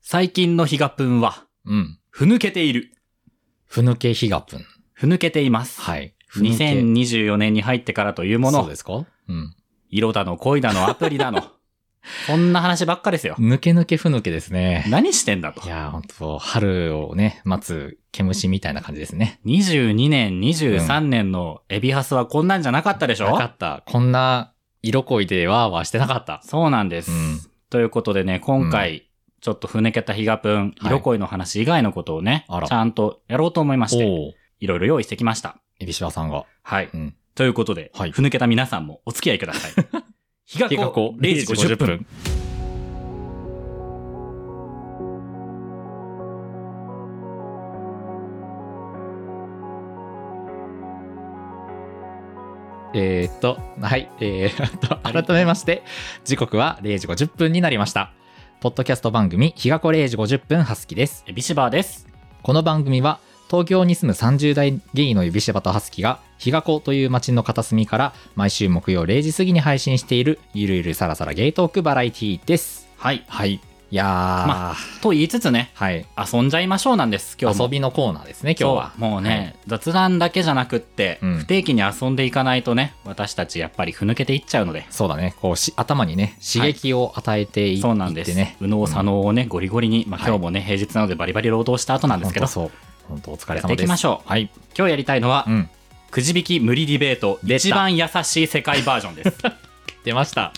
最近のヒガプンは、うん。ふぬけている。ふぬけひがぷん。ふぬけています。はい。ふぬけ2024年に入ってからというもそうので、すかうん。色だの恋だのアプリだ の、そんな話ばっかですよ。ぬけぬけふぬけですね。何してんだとい。やー、ほんと、春をね、待つ毛虫みたいな感じですね。 22年、23年のエビハスはこんなんじゃなかったでしなょ、かった。こんな色恋でわーわーしてなかった。そうなんです、うんということでね、今回、ちょっとふぬけたヒガプン、はい色恋の話以外のことをね、あらちゃんとやろうと思いまして、おお。いろいろ用意してきました。エビシバさんが。はい。うん。ということで、はいふぬけた皆さんもお付き合いくだ さい。日が日がここう0時50分。。えーっと、はい、えーっと、改めまして、時刻は0時50分になりました。ポッドキャスト番組、日がこ0時50分、はすきです。エビシバーです。この番組は東京に住む30代ゲイの指柴とハスキが日が子という街の片隅から毎週木曜0時過ぎに配信しているゆるゆるさらさらゲイトークバラエティーですはい。はいいやー、まと言いつつね、はい遊んじゃいましょうなんです、今日も。遊びのコーナーですね今日はそうもうね、雑談だけじゃなくって、うん不定期に遊んでいかないとね、私たちやっぱりふぬけていっちゃうので。そうだねこうし頭にね刺激を与えてい,、そうなんです。ってね右脳左脳をね、ゴリゴリに、まあ、はい今日もね、平日なのでバリバリ労働した後なんですけど、本当そう本当お疲れやっ様てでいすきましょう。はい、今日やりたいのは、うん、くじ引き無理ディベート、出た一番優しい世界バージョンです。出ました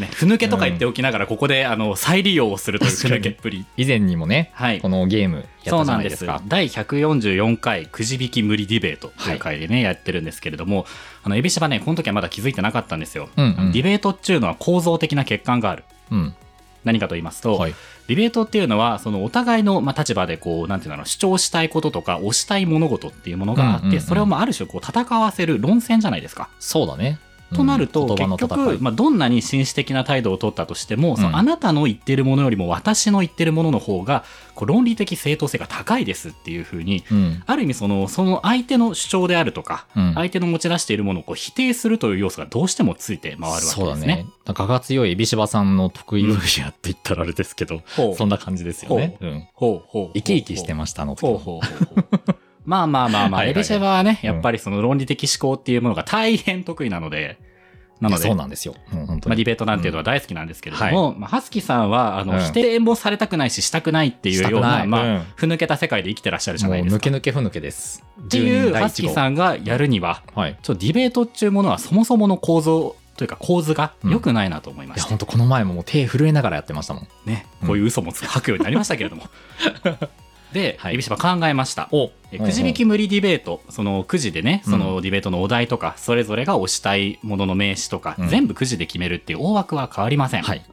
ね、ふぬけとか言っておきながら、ここで、あの、再利用をするというふぬけっぷ り。以前にもね、はいこのゲームやっそうたじなゃんないでですすか第144回くじ引き無理ディベートという回でね、やってるんですけれどもあのエビシバねこの時はまだ気づいてなかったんですよ、うんうんディベートっていうのは構造的な欠陥があるうん何かと言いますと、はいディベートっていうのはそのお互いの、まあ、立場でこうなんていうのかな主張したいこととか推したい物事っていうものがあって、うんうんうんそれをまあある種こう戦わせる論戦じゃないですか。そうだねとなると、うん言葉の結戦い局、まあ、どんなに紳士的な態度を取ったとしても、そうのんあなたの言ってるものよりも私の言ってるものの方がこう論理的正当性が高いですっていうふうにうんある意味そのその相手の主張であるとか、うん相手の持ち出しているものをこう否定するという要素がどうしてもついて回るわけですね。そうだね。画が強いエビシバさんの得意分野って言ったらあれですけど、ほうそんな感じですよね。うん。ほうほうほう生き生きしてましたの時ほうほうほうほうまあまあまあまあ、はいはいはいエビシェバはね、やっぱりその論理的思考っていうものが大変得意なので、ないのやで、そうなんですよ。うん本当まあ、ディに。ベートなんていうのは大好きなんですけれども、まあ、ハスキさんはあの、うん否定もされたくないし、したくないっていうようしたくな、ないまあ、うんふぬけた世界で生きてらっしゃるじゃもなういです抜か。け抜けふぬけです。っていう12ハ第ス1キ号さんがやるには、はい。ちょっとディベートっていうものはそもそもの構造というか構図が良くないなと思いまいや、した、本当この前ももう手震えながらやってましたもん。ねうんこういう嘘もつく吐くようになりましたけれ どもで、はいエビシバ考えましたおえくじ引き無理ディベートそのくじでねそのディベートのお題とか、それぞれが推したいものの名詞とか、うん全部くじで決めるっていう大枠は変わりません、はい。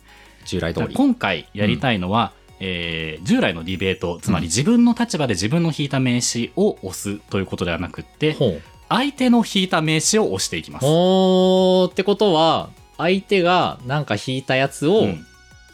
従来通り。今回やりたいのは、えー従来のディベートつまり自分の立場で自分の引いた名詞を押すということではなくって、ほう。相手の引いた名詞を押していきます。おーってことは、相手がなんか引いたやつを、うん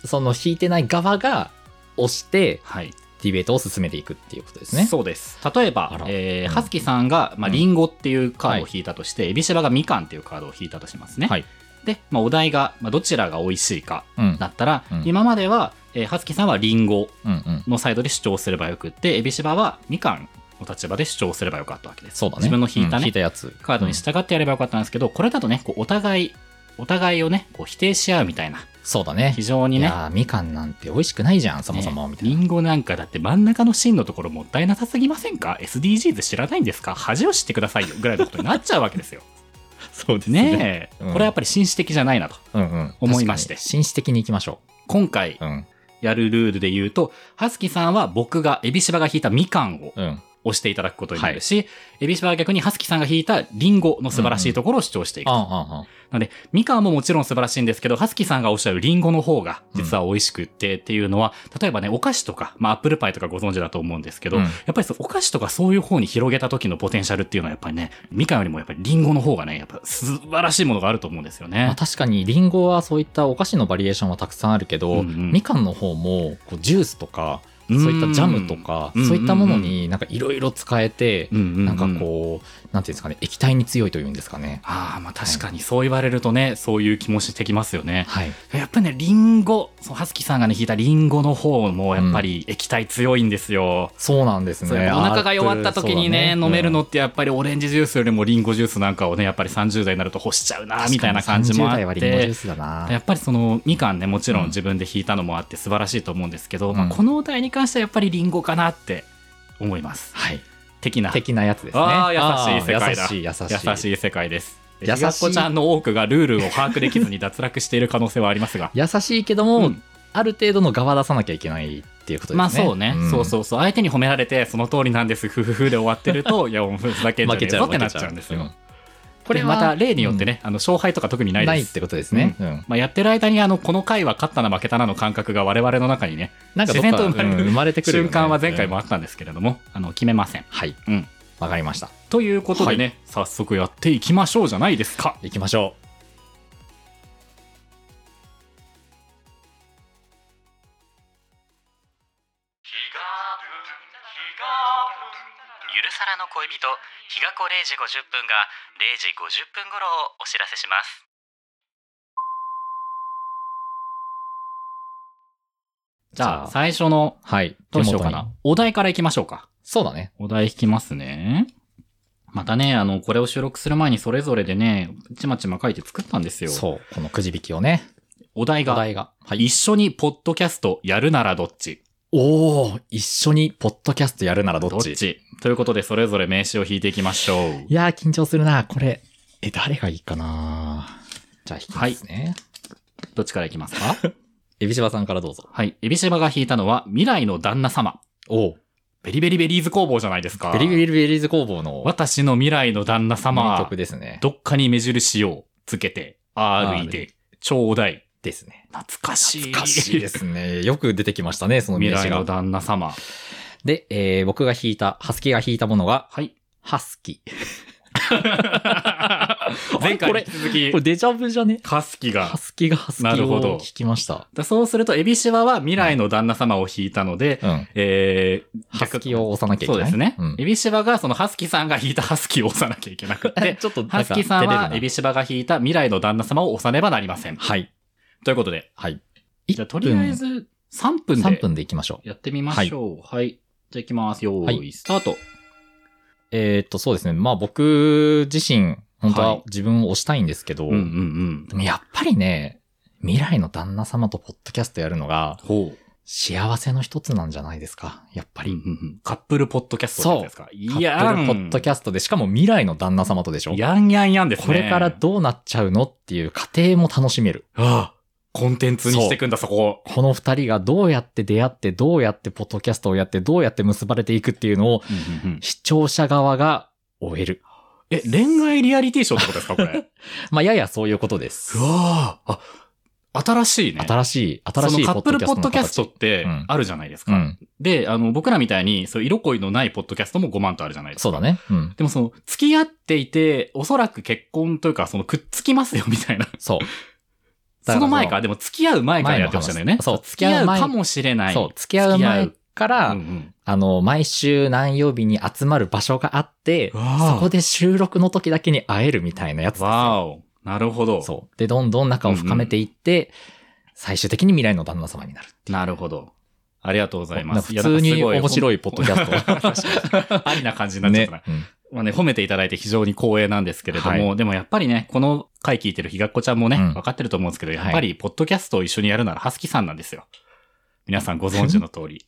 その引いてない側が押して、はい、ディベートを進めていくっていうことですね。そうです。例えあばら、えーうんはすきさんが、まあ、うんリンゴっていうカードを引いたとして、エビシバがみかんっていうカードを引いたとしますね。はいで、まあ、お題が、まあ、どちらが美味しいかうん。だったら、うん今までは、えー、はすきさんはリンゴうんうん。のサイドで主張すればよくって、エビシバはみかんの立場で主張すればよかったわけです。そうだね。自分の引いたうんね、引いたやつ。カードにうん従ってやればよかったんですけど、これだとね、こうお互い、お互いをね、こう否定し合うみたいな、そうだね。非常にいね、やーみかんなんて美味しくないじゃん、そもそも、ねみたいリな。ンゴなんかだって真ん中の芯のところもったいなさすぎませんか ?SDGs 知らないんですか恥を知ってくださいよぐらいのことになっちゃうわけですよ。そう でねえ、うこんれはやっぱり紳士的じゃないなと。うんうん、思いまして確かに紳士的に行きましょ今回う。うん。やるルールで言うと、はすきさんは僕がエビシバが引いたみかんをうん。押していただくことになるし、エビシバは逆にはすきさんが引いたリンゴの素晴らしいところを主張していく。あんあんあん。なので、みかんももちろん素晴らしいんですけど、はすきさんがおっしゃるリンゴの方が、実は美味しくってっていうのは、例えばね、お菓子とか、まあ、アップルパイとかご存知だと思うんですけど、うんやっぱりそうお菓子とかそういう方に広げた時のポテンシャルっていうのは、やっぱりね、みかんよりもやっぱりリンゴの方がね、やっぱ素晴らしいものがあると思うんですよまあ、ね。確かに、リンゴはそういったお菓子のバリエーションはたくさんあるけど、うんうんみかんの方も、こうジュースとか、そういったジャムとか、うんそういったものになんかいろいろ使えて、うんうんうんなんかこうなんていうんですかね液体に強いというんですかね。ああ、まあ確かにそう言われるとね、そういう気もしてきますよね。はい、やっぱりね、リンゴ、そう、はすきさんがね、弾いたリンゴの方も、やっぱり液体強いんですよ。そうなんですそうね。お腹が弱った時にねあー飲めるのってやっぱりオレンジジュースよりもリンゴジュースなんかをねやっぱり30代になると欲しちゃうなみたいな感じもあ確っかに30代はリンゴジューてスだな。やっぱりそのみかんねもちろうんん自分で弾いたのもあって素晴らしいと思うんですけど、まうあ、んこのお題に関してはやっぱりリンゴかなって思いますはい。的な的なやつですね。ああ優しい世界だあー優しい優しい。優しい世界です優しい優しいちゃんの多くがルールを把握できずに脱落している可能性はありますが優しいけども、うんある程度の側出さなきゃいけないっていうことですね。まあそうね、んそうそうそう相手に褒められてその通りなんですふふふで終わってる といやもうふざけんじゃね負けえちゃぞうってなっちゃうんですよ、負けちゃうこれでまた例によってね、あの勝敗とか特にうなんいないでっす。てことですね。うんまあ、やってる間にあのこの回は勝ったな負けたなの感覚が我々の中にねなんかどっ自然かと生まれるうん生まれてくるよね瞬間は前回もあったんですけれども、あの決めません。はい、うん、わかりました。ということでね、早速やっていきましょうじゃないですか。行きましょう。ゆるさらの恋人日が子0時50分が0時50分頃をお知らせしますじゃあさ最初のはい。どうしようか手元なに。お題からいきましょうか。そうだね。お題引きますね。またね、あの、これを収録する前にそれぞれでね、ちまちま書いて作ったんですよ。そう。このくじ引きをね。お題おが、題が。はい。一緒にポッドキャストやるならどっちおお一緒にポッドキャストやるならどっどちっちということで、それぞれ名詞を引いていきましょうい。やー、緊張するな。これ。え、誰がいいかな。じゃあ引きますね。どっちからいきますか エビシバさんからどうぞ。はい。エビシバが引いたのは、未来の旦那様。おおベリベリベリーズ工房じゃないですか。ベリベリベリーズ工房の私の未来の旦那名様曲。ですね。どっかに目印をつけて、R で、ちょうだい。ですね。懐かしい。懐かしいですね。よく出てきましたね、その名未詞来のが。旦那様。で、えー僕が弾いた、ハスキが弾いたものが、 はい。ハスキ。前回こにれ引き続きこれ、デジャブじゃねカスキがハ。スキがハスキなるほをど弾きました。だそうすると、エビシバは未来の旦那様を引いたので、うん。えー、ハスキを押さなきゃいそうけなでい。すね。うんエビシバがそのハスキさんが引いたハスキを押さなきゃいけなくって、ちょっと なんか、ハスキさんは照れエるなビシバが引いた未来の旦那様を押さねばなりません。はい。ということで、はい。じゃあとりあえず3分3で分でいきましょう。やってみましょう。はい。じゃあ行きます。よーい、はいスタート。えーっと、そうですね。まあ僕自身、本当ははい自分を押したいんですけど、うんうんうんで。もやっぱりね、未来の旦那様とポッドキャストやるのがほう。幸せの一つなんじゃないですか。やっぱうんうり。んうんカップルポッドキャストってやつですか。カいやップルポッドキャャストで、しかも未来の旦那様とでしょやんやんやんですね。これからどうなっちゃうのっていう過程も楽しめる。ああ、コンテンツにしていくんだ、そこ。この二人がどうやって出会って、どうやってポッドキャストをやって、どうやって結ばれていくっていうのをうんうんうん視聴者側が終える。え、恋愛リアリティショーってことですか、これ。まあ、やや そういうことですう。わあ、あ、新しいね。新しい、新しいそのカップルポッドキャストポッドキャストっての形うんあるじゃないですうか。ん。で、あの、僕らみたいに、そう、色恋のないポッドキャストも5万とあるじゃないですか。そうだね。うん。でもその、付き合っていて、おそらく結婚というか、その、くっつきますよ、みたいな。そう。だからその前かそら、でも付き合う前からやってましたよね前。の話そう付き合う付き合う前かもしれない。そう、付き合う前付きか合ら、ううんうんあの、毎週何曜日に集まる場所があって、わあそこで収録の時だけに会えるみたいなやつですよわお。なるほど。そう。で、どんどん仲を深めていって、最終的に未来の旦那様になるっていう。なるほど。ありがとうございます。なんか普通に面白いいポッドキャスや。なんかすごい 確かにありな感じにト。なっちゃったな。ね。うんまあね、褒めていただいて非常に光栄なんですけれども、はでもやっぱりね、この回聞いてるひがっこちゃんもね、うん分かってると思うんですけど、やっぱり、ポッドキャストを一緒にやるなら、はすきさんなんですよ。皆さんご存知の通 り。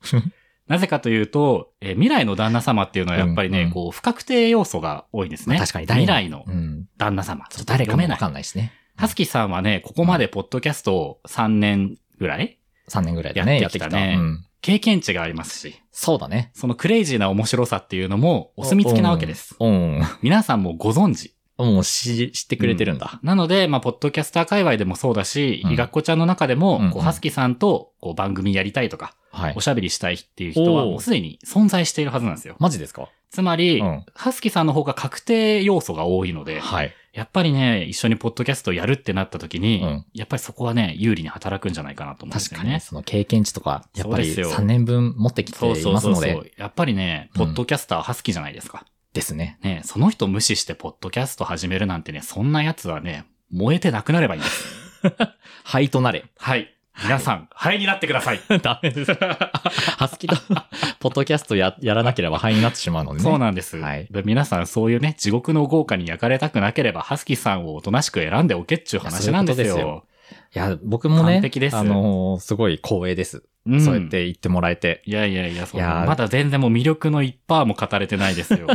なぜかというと、えー未来の旦那様っていうのはやっぱりね、うんうんこう、不確定要素が多いんですね。確かに誰未も来のうん。旦那様。そう誰か読もめわないかんないしね。はすきさんはね、ここまでポッドキャストを3年ぐらい3年ぐらいでね、ややっっててきたきた。ねうん経験値がありますし、そうだね。そのクレイジーな面白さっていうのもお墨付きなわけです。うん。皆さんもご存知。うんもう知知ってくれてるんだ。なので、まあ、ポッドキャスター界隈でもそうだし、うんいがっこちゃんの中でも、うんうんこう、はすきさんと、こう、番組やりたいとか、はいお。しゃべりしたいっていう人はおーもうすでに存在しているはずなんですよ。マジですかつまり、うんハスキーさんの方が確定要素が多いので、はい。やっぱりね、一緒にポッドキャストをやるってなった時に、うんやっぱりそこはね、有利に働くんじゃないかなと思うんです確よかねに、。その経験値とか、やっぱりそうですよ3年分持ってきていそうますのそで、うそうそう。やっぱりね、うポんッドキャスターは好きじゃないですか。ですね。ね、その人無視してポッドキャスト始めるなんてね、そんな奴はね、燃えてなくなればいいんです。灰となれ。はい。皆さん、はいになってください。 ダメです。ハスキと、ポッドキャストややらなければ灰になってしまうのでね。そうなんです、はいで皆さん、そういうね、地獄の豪華に焼かれたくなければ、ハスキーさんをおとなしく選んでおけっちゅう話なんですいやそういうよこ。いや、僕もね、完璧ですあのーすごい光栄です、んそうやっ。て言ってもらえて。いやいやいや、そんいなやーまだ全然もう魅力の1%も語れてないです よ。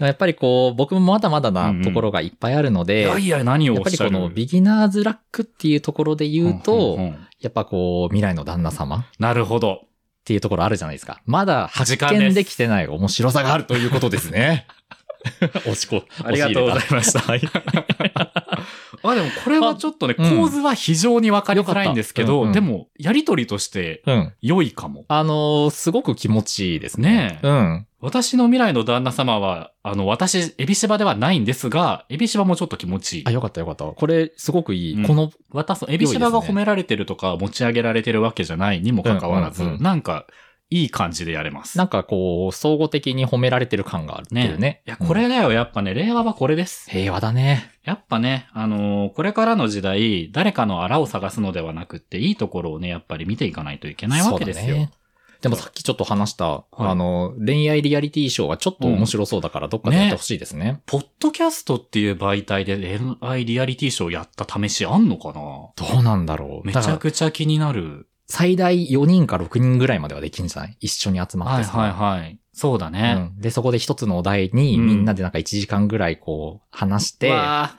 やっぱりこう、僕もまだまだうんうなんところがいっぱいあるのいで、やいや、何をやおっっぱりしゃこるのビギナーズラックっていうところで言うと、んんんやっぱこう、未来の旦那様っなるほど。ていうところあるじゃないですか。まだ発時間で見すできてない面白さがあるということで すね。おしこ、。ありがとうございましたあ、でもこれはちょっとね、うん構図は非常にわかりづらいんですけよかど、ったでうんも、やりとりとしてうん。良いかも。あのーすごく気持ちいいですねね。えうん。私の未来の旦那様は、あの、私、エビシバではないんですが、エビシバもちょっと気持ちいいあ、。よかったよかった。これ、すごくいい。うんこの、私、エビシバが褒められてるとか、持ち上げられてるわけじゃないにもかかわらず、うんうんうんなんか、いい感じでやれます。なんかこう、総合的に褒められてる感があるっていうね。いや、これうんだよ、やっぱね、令和はこれです。平和だね。やっぱね、あのーこれからの時代、誰かのあらを探すのではなくって、いいところをね、やっぱり見ていかないといけないわけですそうだよ。ねでもさっきちょっと話した、いあの、恋愛リアリティショーはちょっと面白そうだから、どっかでやってほしいですね。ポッドキャストっていう媒体で恋愛リアリティショーやった試しあんのかなどうなんだろう。めちだからゃくちゃ気になる。最大4人か6人ぐらいまではできるんじゃない一緒に集まっはいてはいはい。そうだね。うんで、そこで一つのお題に、うんみんなでなんか1時間ぐらいこう、話して、わ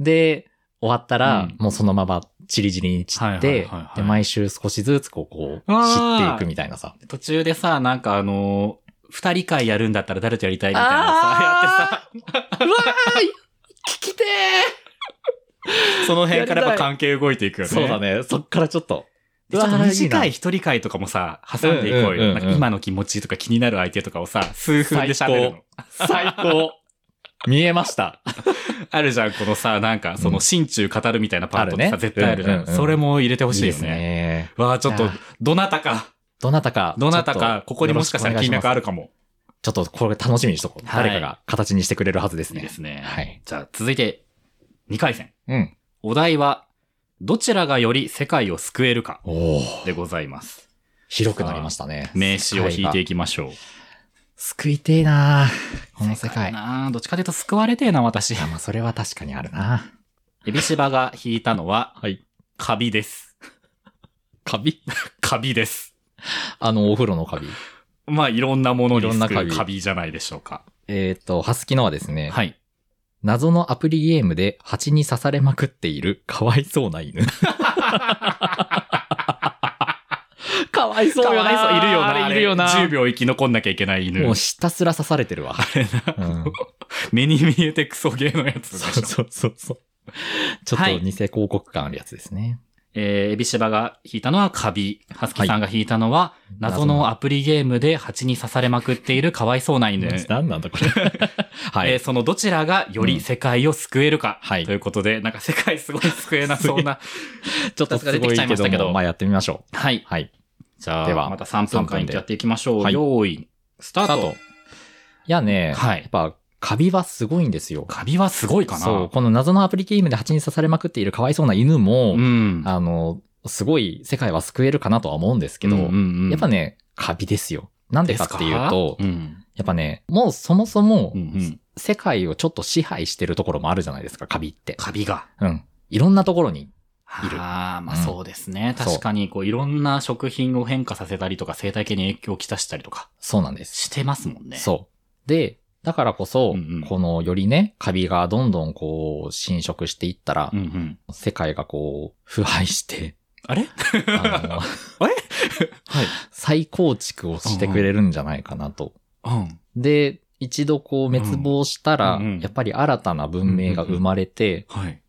で、終わったうら、んもうそのままチリジリに散はっいはいてはいはい、で、毎週少しずつこう、こうう、わ知ーっていくみたいなさ。ー途中でさ、なんかあのー二人会やるんだったら誰とやりたいみたいなさ、やあってうわーい聞きてさ、その辺からやっぱ関係動いていくーよね。そうだね。そっからちょっと。で。ちょっと短いい一人会とかもさ、挟んでいこううんうんうんうよ。んなんか今の気持ちとか気になる相手とかをさ、数分で喋るの。最高。見えました。あるじゃん、このさ、なんか、その、心中語るみたいなパートってあるさ、ね絶対あるじゃん,、うんうんうんそれも入れてほしいよですね。ね。わあちょっいとやー、どなたか、どなたか、どなたちょっかと、ここにもしかしたら金脈あよろしくお願いしまするかも。ちょっとこれ楽しみにしとこう。はい誰かが形にしてくれるはずですいいね。ですね。はい。じゃあ、続いて、2回戦。うん。お題は、どちらがより世界を救えるかおおでございます。広くなりましたね。名詞を引いていきましょう。救いてえなあこの世界。いなあどっちかというと救われてえな、私。や、まあそれは確かにあるなエビシバが引いたのは、はい。カビです。カビ カビです。あの、お風呂のカビ。まあ、いろんなものいにろんな救カうビカビじゃないでしょうか。えっ、と、ハスキのはですね、はい。謎のアプリゲームで蜂に刺されまくっているかわいそうな犬。かわい そかわいそういるよな。あれいるよな。 10秒生き残んなきゃいけない犬。もうひたすら刺されて るわ。うん目に見えてクソゲーのやつでしょそうそうそうそう。ちょっはとい偽広告感あるやつですね。えー、エビシバが弾いたのはカビ。ハスキさんが弾いたのは、謎のアプリゲームで蜂に刺されまくっているかわいそうな犬。何なん だこれ。はえーい。そのどちらがより世界を救えるか。はいということで、なんか世界すごい救えなそう な。ちょっとすごいけちょどっと出てきちゃいましたけどもまあやってみましょう。はい。はい。じゃあ、ではまた3分間3分でやっていきましょう。はい用意、スタースタートト。いやね、はやっい。ぱカビはすごいんですよ。カビはすごいかな。そう、この謎のアプリゲームで蜂に刺されまくっているかわいそうな犬も、うん。あの、すごい世界は救えるかなとは思うんですけど、やっぱね、カビですよ。なんでかっていうと、うんやっぱね、もうそもそもうんうん、世界をちょっと支配してるところもあるじゃないですか、カビって。カビが。うん。いろんなところに。いるああ、まあうんそうですね。そう確かに、こう、いろんな食品を変化させたりとか、生態系に影響をきたしたりとか、そうなんです。してますもんね。そう。で、だからこそ、うんうんこのよりね、カビがどんどんこう侵食していったら、うんうん。世界がこう腐敗して、あれあのはい。再構築をしてくれるんじゃないかなと。 うん。で、一度こう滅亡したら、うんうんやっぱり新たな文明が生まれて、はい。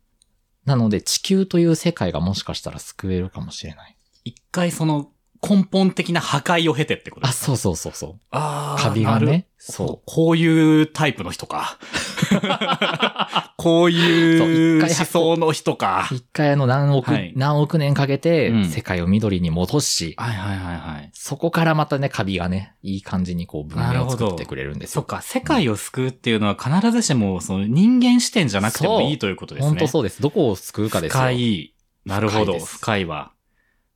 なので地球という世界がもしかしたら救えるかもしれない。一回その、根本的な破壊を経てってことあ、ですかそうそうそうそう。あーカビがなるね。そうそ。こういうタイプの人 か。こういうそう思一回想の人かう。。一回あの何億、はい何億年かけうてん世界を緑に戻し、はいはいはいはい。そこからまたね、カビがね、いい感じにこう文明を作ってくれるんですそっよ。か、世界を救うっていうのは必ずしもその人間視点じゃなくてもいいということですね。本当そうです。どこを救うかですよ。深い。なるほ深ど、いで深いすわ。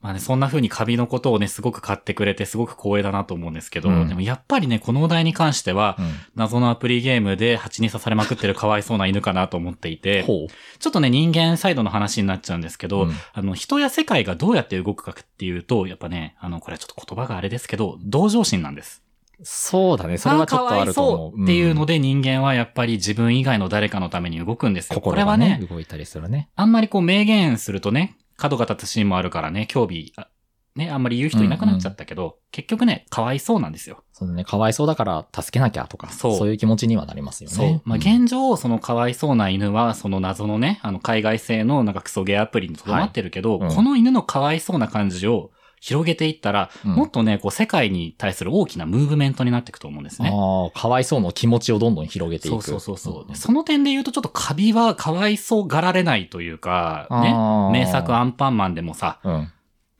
まあね、そんな風にカビのことをね、すごく買ってくれて、すごく光栄だなと思うんですけど、うんでもやっぱりね、このお題に関しては、うん謎のアプリゲームで蜂に刺されまくってるかわいそうな犬かなと思っていて、ほちょっとね、人間サイドの話になっちゃうんですけう。ど、うんあの、人や世界がどうやって動くかっていうと、やっぱね、あの、これはちょっと言葉があれですけど、同情心なんです。そうだね。それはちょっとあるとま思。かわいうそうっていうので、で人間はやっぱり自分以外の誰かのために動くんですよ。これ心はがねね、、動いたりするね。あんまりこう明言するとね、角が立つシーンもあるからね、興味、あね、あんまり言う人いなくなっちゃったけど、結局ね、かわいそうなんですよ。そのね、かわいそうだから助けなきゃとか、そうそういう気持ちにはなりますよね。そう。まあ、ん現状、そのかわいそうな犬は、その謎のね、あの、海外製のなんかクソゲーアプリにとどまってるけど、はいうんこの犬のかわいそうな感じを広げていったら、うんもっとね、こう、世界に対する大きなムーブメントになっていくと思うんですね。ああ、かわいそうの気持ちをどんどん広げていく。そうそうそうそう、んその点で言うと、ちょっとカビはかわいそうがられないというか、ね、あー名作アンパンマンでもさ、うん。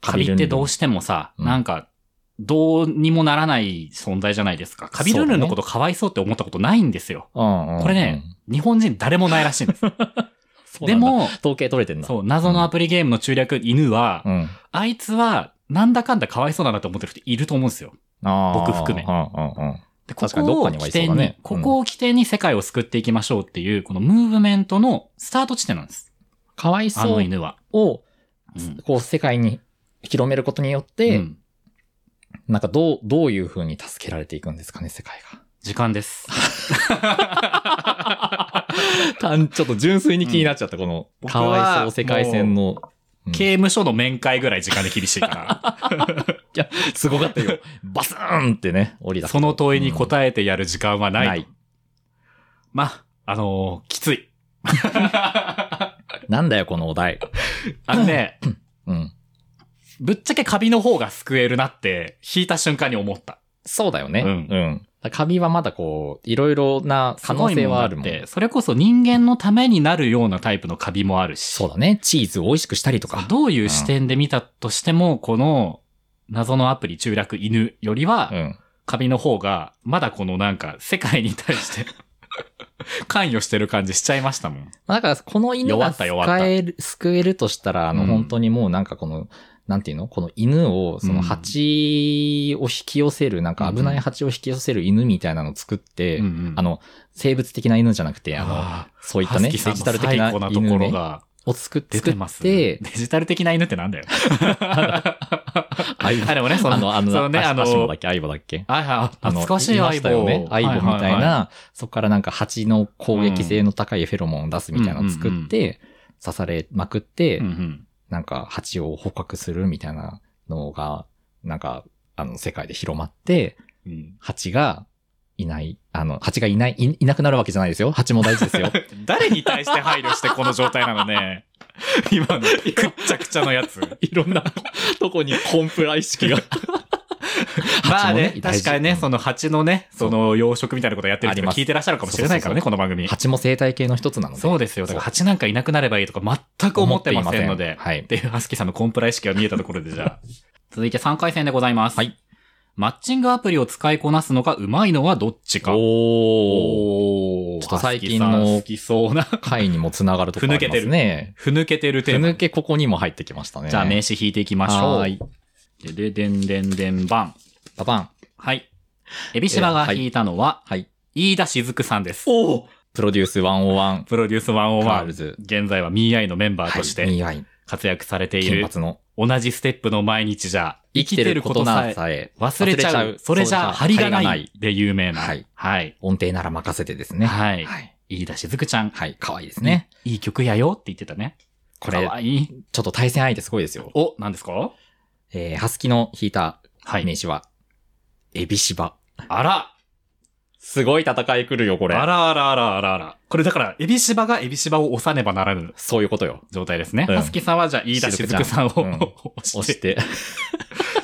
カビってどうししてもさ、うんなんか、どうにもならない存在じゃないですか。カビルンルンのことかわいそうって思ったことないんですよ。うんうん、これね日本人誰もないらしいん です。うん、ででも、も、統計取れてんだ。そう、謎のアプリゲームの中略、犬は、うん。あいつは、なんだかんだかわいそうだなと思ってる人いると思うんですよ。あー僕含めうんうんうん。でこ確かにどっこかをには起いそう点だに、ねここを起点に世界を救っていきましょうっていう、このムーブメントのスタート地点なんです。かわいあそのう犬は。を、うんこう、世界に広めることによっうて、んなんかどう、どういう風に助けられていくんですかね、世界が。時間 です。たんちょっと純粋に気になっちゃった、この、僕はかわいそう世界線の、うん刑務所の面会ぐらい時間で厳しいから。 すごかった よ。バスーンってね、降りだその問いにえ、答えてやる時間はない。ないまあ、あのーきつ い。 うんなんだよ、このお題。あのね、うん。ぶっちゃけカビの方が救えるなって、引いた瞬間に思った。そうだよね。うんうん。カビはまだこう、いろいろな可能性はあるもん。すごいだってそれこそ人間のためになるようなタイプのカビもあるし。そうだね。チーズを美味しくしたりとか。どういう視点で見たとしても、この、謎のアプリ中略犬よりは、うん。カビの方が、まだこのなんか、世界に対 して、関与してる感じしちゃいましたもん。まあだから、この犬弱がった使弱ったえる、救えるとしたら、あの、うん本当にもうなんかこの、なんていうのこの犬を、そうのん蜂を引き寄せる、なんか危ない蜂を引き寄せる犬みたいなのを作って、うんうんあの、生物的な犬じゃなくて、あの、あそうーいったね、ハデスキーさんのジタル的最な高なと犬ころねが、を作っ出作てっますてデ、ジタル的な犬ってなんだよ。 あ あ、でもね、その、あの、あそのの、ね、ああの、足棒だっけ相棒だっけはいはいあの、懐かしいま相したよ棒。ね。相棒みたいな、はははそこからなんか蜂の攻撃性の高いフェロモンを出すみたいなのを作って、刺されまくって、い。うんうんなんか蜂を捕獲するみたいなのが、なんか、あの、世界で広まって、うん蜂がいない、あの、蜂がいない、いいなくなるわけじゃないですよ。蜂も大事で すよ。誰に対して配慮してこの状態なのね。 今の、くっちゃくちゃのや つ。いろんなとこにコンプラ意識が。まあね蜂も、大確事かにね、その蜂のね、その養殖みたいなことやってるあり人まがす聞いてらっしゃるかもしれないからね、そこの番組。蜂も生態系の一つなので。そうですよ。だから蜂なんかいなくなればいいとか全く思ってませんので。はいっ。ていうハスキーさんのコンプラ意識が見えたところでじゃあ。 続いて3回戦でございます。はい。マッチングアプリを使いこなすのが上手いのはどっちか。おー。おちょっと最近の好きそうな。回にもつながるところありますね。ふぬけてるふテーマぬ。けここにも入ってきましたね。じゃあ名刺引いていきましょはうーい。でで、でんでんでんばん。パパン。はい。エビシバが引いたのは、はい。飯田しずくさんです。おおプロデュース101。プロデュースガール101。ズ。現在はミーアイのメンバーとしはい、て 2i。活躍されてい金る、髪の。同じステップの毎日じゃ、生きてることなさえ。忘れちゃ忘れちゃうう。それじゃ、張りが張りながないい。で有名な。はい。はい。音程なら任せてですね。は。はいい。飯田しずくちゃん。はい。可愛いですね。いい曲やよって言ってたね。こかれ、わいい。ちょっと対戦相手すごいですよ。お、何ですかえー、ハスキの引いたはい。名詞は、エビシバ。あらすごい戦い来るよ、これ。あらあらあらあらあら。これだから、エビシバがエビシバを押さねばならぬそういうことよ。状態ですね。う んハスキさんはじゃあ、飯田しずくさんを、しずくちゃんうん押押してして。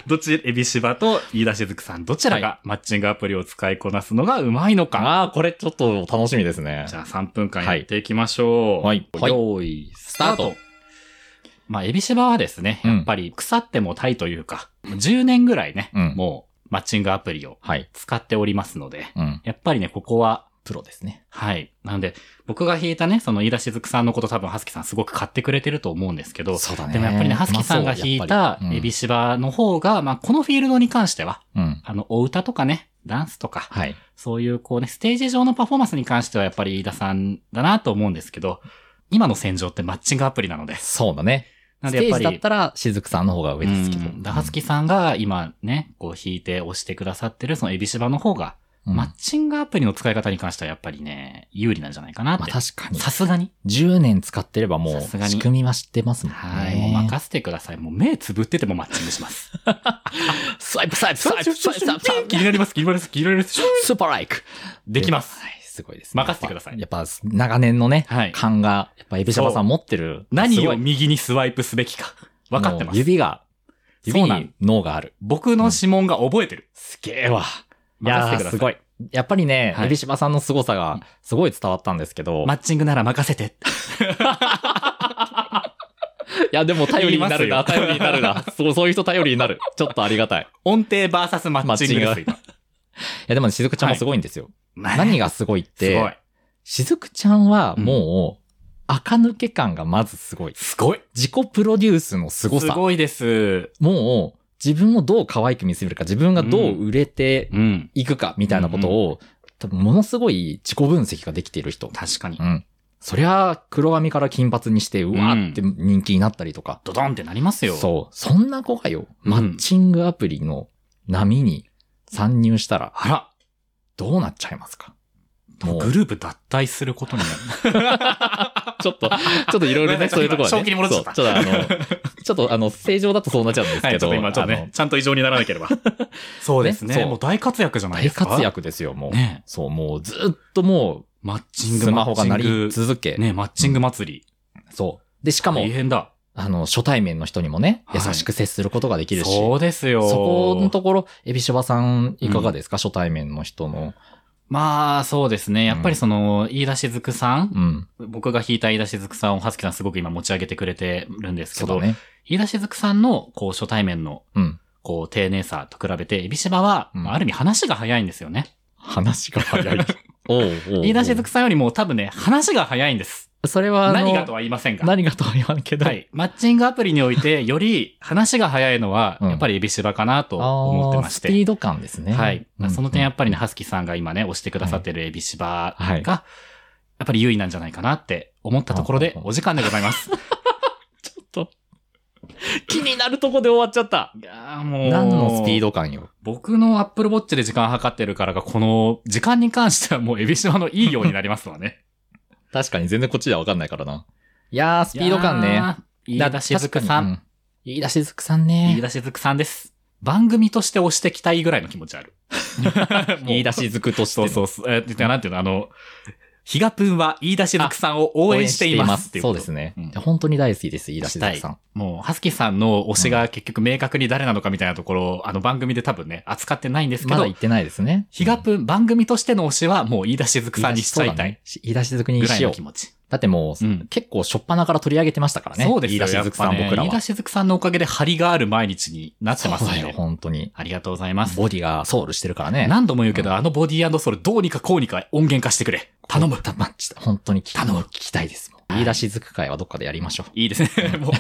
どっち、エビシバと飯田しずくさん、どちらがマッチングアプリを使いこなすのがうまいのか。ああ、これちょっと楽しみですねじ。ゃあ3分間やっていきましょう。はいはい用意、スターはトい。まあ、エビシバはですね、うんやっぱり腐ってもタイというか、10年ぐらいね、うんもうマッチングアプリをはい。使っておりますので、うん。やっぱりね、ここは、プロですね。はい。なんで、僕が弾いたね、その飯田しずくさんのこと多分、はすきさんすごく買ってくれてると思うんですけど、そうだね。でもやっぱりね、はすきさんが弾いたエビシ。シバの方が、まあ、このフィールドに関しては、うん。あの、お歌とかね、ダンスとか、はい。そういうこうね、ステージ上のパフォーマンスに関してはやっぱり飯田さんだなと思うんですけど、今の戦場ってマッチングアプリなので。そうだね。なスんでテやーっぱジだりっ、たら、しずくさんの方が上ですけど。うんダハスキさんが今ね、こう弾いて押してくださってるそのエビシバの方が、うんマッチングアプリの使い方に関してはやっぱりね、有利なんじゃないかなっまあて。確かに。さすがに。 10年使ってればもさう、すがに仕組みは知ってますもんね。はい。もう任せてください。もう目つぶっててもマッチングします。スワイプ、スワイプ、スワイプ、スワイプ、スワイプ、スワイプ気になります、気になります、気になります。スーパーライク。できます。はい、すごいです、任せてくださいやっぱ、やっぱ長年のね、はい。勘が、やっぱ、エビシャバさん持ってる。何すごをい右にスワイプすべきか。分かってまもうす。指が、指そうなんに脳がある。僕の指紋が覚えてる。すげえわ。い任やせてくださー、すい。ごい。やっぱりね、はいエビシバさんの凄さが、すごい伝わったんですけど、マッチングなら任せて。いや、でも頼りにな言るな、いますよ頼りになるな。そう、そういう人頼りになる。ちょっとあり がたい。音程バーサスマッチングです。今いや、でも、しずくちゃんもすごいんですよ。何がすごいっすごいて、。しずくちゃんは、もう、垢抜け感がまずすごい。すごい。自己プロデュースの凄すさ。ごいです。もう、自分をどう可愛く見せるか、自分がどう売れてうん。いくか、みたいなことを、多分、ものすごい自己分析ができている人。確かにう。ん。そりゃ、黒髪から金髪にして、うわーって人気になったりとか。ドドンってなりますよ。そう。そんな子がよ、うんマッチングアプリの波に参入したら、あら。どうなっちゃいますかもグう、ループ脱退することになる。ちょっと、ちょっといろい ろね、そういうところは、ね。正気に戻っちゃったそうち ょっとあの、ちょっとあの、正常だとそうなっちゃうんですはけい、ちょど、っと今ちょっとあのね、ちゃんと異常にならなければ。 そうですねね。そうもう大活躍じゃないで大すか。活。躍ですよ、もう。ねそう、もうずっともマッチう、ングスマホが鳴りマッ続け、チングねマッチング祭り。そう。で、しかも大、変だ。あの、初対面の人にもね、はい優しく接することができるし、そうですよ。そこのところ、エビシバさん、いかがですか、初対面の人の。まあ、そうですね。やっぱりその、飯田しずくさんう、ん。僕が弾いた飯田しずくさんを、はすきさんすごく今持ち上げてくれてるんですけそうど、だね。飯田しずくさんの、こう、初対面の、うん。こう、丁寧さと比べて、エビシバは、うんまあある意味話が早いんですよね。話が早い。 おうおうおう飯田しずくさんよりも多分ね、話が早いんです。それはあの、何がとは言いませんが。何がとは言わんけど、はい。マッチングアプリにおいて、より話が早いのは、うんやっぱりエビシバかなとあ思ってーましスピて。ード感ですね。はい。うんその点やっぱりね、はすきさんが今ね、押してくださってるエビシバはいが、やっぱり優位なんじゃないかなって思ったところでう、んお時間でござい ます。気になるとこで終わっちゃった。いやーもう。何のスピード感よ。僕のアップルウォッチで時間計ってるからが、この時間に関してはもうエビシバのいいようになりますわ ね。確かに全然こっちでは分かんないからな。いやー、スピード感ね。いやー。飯田しずくさん。ん。飯田しずくさんね。飯田しずくさんです。番組として押してきたいぐらいの気持 ちある。もう飯田しずくとしてそのうそうそう。えー、なんていうの、あの、ヒガプンは飯田しずくさんを応援していますっていうそこうとですね、うん本当に大好きです、飯田しずくさん。もう、ハスキさんの推しが結局明確に誰なのかみたいなところを、あの番組で多分ね、扱ってないんですけまどだ言っ、てないですね。ヒガプン、番組としての推しはもう飯田しずくさんにしちゃいたい。そうだね飯田しずくにぐらしいのよ気う。持ち。だってもう、うん結構初っ端から取り上げてましたからね。そうですよ。飯田しずくさやっん、ぱね僕らは。飯田しずくさんのおかげで張りがある毎日になってますそうだよね。本当に。ありがとうございます。ボディがソウルしてるからね。何度も言うけど、あのボディソウルどうにかこうにか音源化してくれ。頼む。たまちょっと本当に聞き頼む聞きたいですもん。飯田しずく会はどっかでやりましょう。いいですね。もう、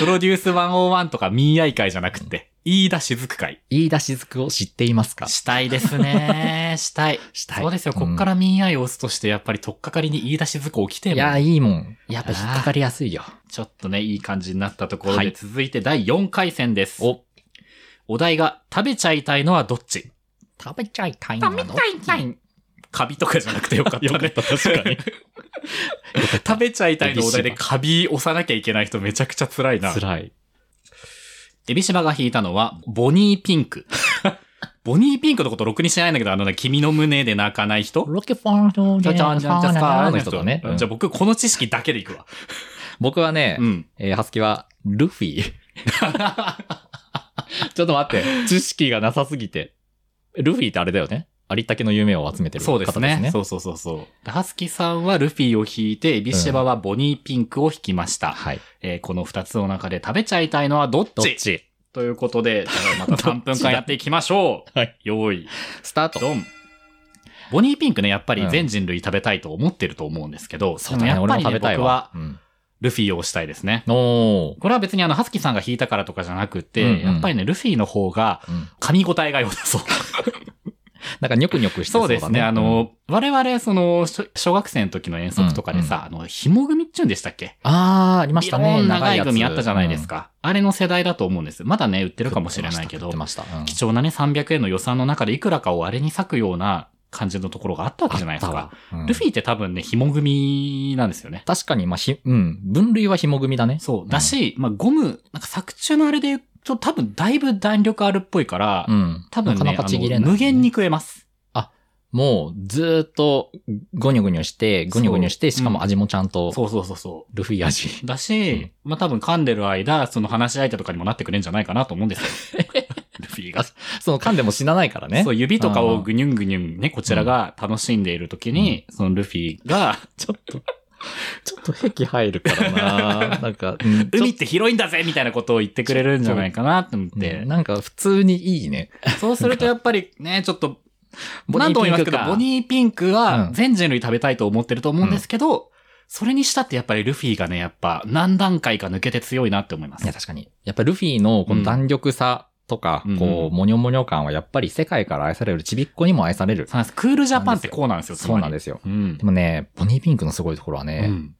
プロデュース101とか民愛会じゃなくて、飯田しずく会。飯田しずくを知っていますかしたいですね。したい。したいそうですよ。こっから民愛を押すとして、やっぱり取っかかりに飯田しずくを来ていも、や、いいもん。やっぱ引っかかりやすいよ。ちょっとね、いい感じになったところで、はい続いて第4回戦です。お、お題が、食べちゃいたいのはどっち食べちゃいたいな食のべちゃいたい。カビとかじゃなくてよかったね。 よかった確かに。 食べちゃいたいのお題でカビ押さなきゃいけない人めちゃくちゃ辛いな。辛い。エビシバが弾いたのは、ボニーピンク。 ボニーピンクのことろくにしないんだけど、あのね、君の胸で泣かない人ロケファードちょちょんちょんちょんちょんあのの人人だだねね。。じゃあ僕、この知識だけでいくわ。僕はねう、ん。 えー、ハスキは、ルフィ。ちょっと待って、知識がなさすぎて。ルフィってあれだよね。ありったけの夢を集めてるそ方うでですすね。ね。そうそうそうそう。ハスキさんはルフィを引いて、エビシェバはボニーピンクを引きました。はい。えーこの二つの中で食べちゃいたいのはどっちどっちということで、え ーまた3分間やっていきましょう。はい。用意、スタート。ドン。ボニーピンクね、やっぱり全人類食べたいと思ってると思うんですけど、そうだね、でも俺やっぱもりね食べたい僕はわ。うんルフィを推したいですね。おーこれは別にあの、ハスキさんが引いたからとかじゃなくて、うんうんやっぱりね、ルフィの方がうん噛み応えが良さそう。なんかニョクニョクしてそそううだね。ですね。あの、我々、その、しょ小学生の時の遠足とかでさ、あの、紐組っちゅうんでしたっけうん、あー、ありましたいろね。んな長いやつ組あったじゃないです。か、あれの世代だと思うんです。まだね、売ってるかもしれないけど食って、ました。食ってまし貴重なね、300円の予算の中でいくらかをあれに割くような感じのところがあったわけじゃないですか。たうんルフィって多分ね、紐組なんですよね。確かに、まあ、ひ、うん。分類は紐組だね。そう。だし、まあ、ゴム、なんか作中のあれで言うと、多分だいぶ弾力あるっぽいから、ん。多分ね、なかなかちぎれなあい、の無限に。食えます。もう、ずーっと、ゴニョゴニョして、ゴニョゴニョして、そうしかも味もちゃんと、そうそうそうそう。ルフィ味。 だし、まあ、多分噛んでる間、その話し相手とかにもなってくれんじゃないかなと思うんです よ。ルフィが。その噛んでも死なないからね。そう、指とかをぐにゅんぐにゅんね、こちらが楽しんでいる時に、そのルフィが、 ちょっと、ちょっと壁入るから ななんか、うん海って広いんだぜみたいなことを言ってくれるんじゃないかなって思っで、て。なんか普通にいいね。そうするとやっぱりね、ちょっと、ボニー何度も言いますけピンど、クかボニーピンクうはん全人類食べたいと思ってると思うんですけど、それにしたってやっぱりルフィがね、やっぱ何段階か抜けて強いなって思いまいや、す。確かに。やっぱルフィのこの弾力さとか、うんこう、もにょもにょ感はやっぱり世界から愛される、ちびっこにも愛される。そうなんです。クールジャパンってこうなんですよ、。そうなんですすよ。うんで。もね、ボニーピンクのすごいところはうね、ん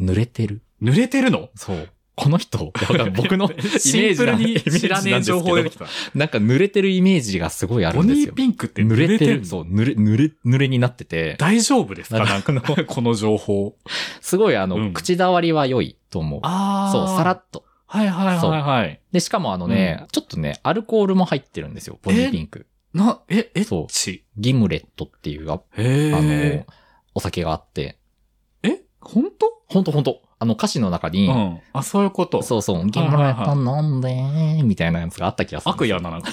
濡れてる。濡れてるのそう。この人、わ かんない僕のイメ シーンプジルなに知らねえ情報出てイメージなんですきた。けどなんか濡れてるイメージがすごいあるボんでニすーよ。ピンクって濡れてる。のそう、濡れ、濡れ、濡れになってて、大丈夫ですかなんかなんか、 この情報。すごいあの、うん口触りは良いと思う。あそう、さらっと。はいはいはいはい。で、しかもあのね、ちょっとね、アルコールも入ってるんですよ、ボニーピンク。な、え、えそうち。ギムレットっていうが、あへの、お酒があって、え。え、本当ほんとほんと、あの歌詞の中に、うん。あ、そういうこと。そうそう、ギムレット飲んでー、みたいなやつがあった気がする。悪やんな、 なんか。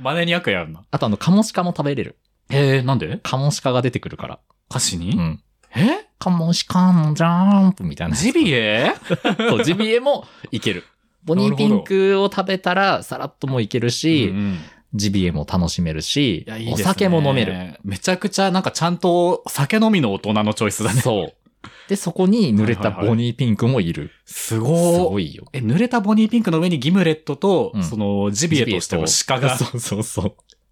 真似に悪やんな。あとあの、カモシカも食べれる。えー、なんでカモシカが出てくるから。歌詞うにん。えカモシカのジャンプみたいな。ジビエ そう、ジビエもいける。 ボニーピンクを食べたら、さらっともいけるし、うんうんジビエも楽しめるしいやいいでおすね酒も飲める。。めちゃくちゃ、なんかちゃんと酒飲みの大人のチョイスだね。そう。で、そこに濡れたボニーピンクもいる。すすごい。ごいよ。え、濡れたボニーピンクの上にギムレットと、うんその、ジビエとしての鹿が、 そうそうそ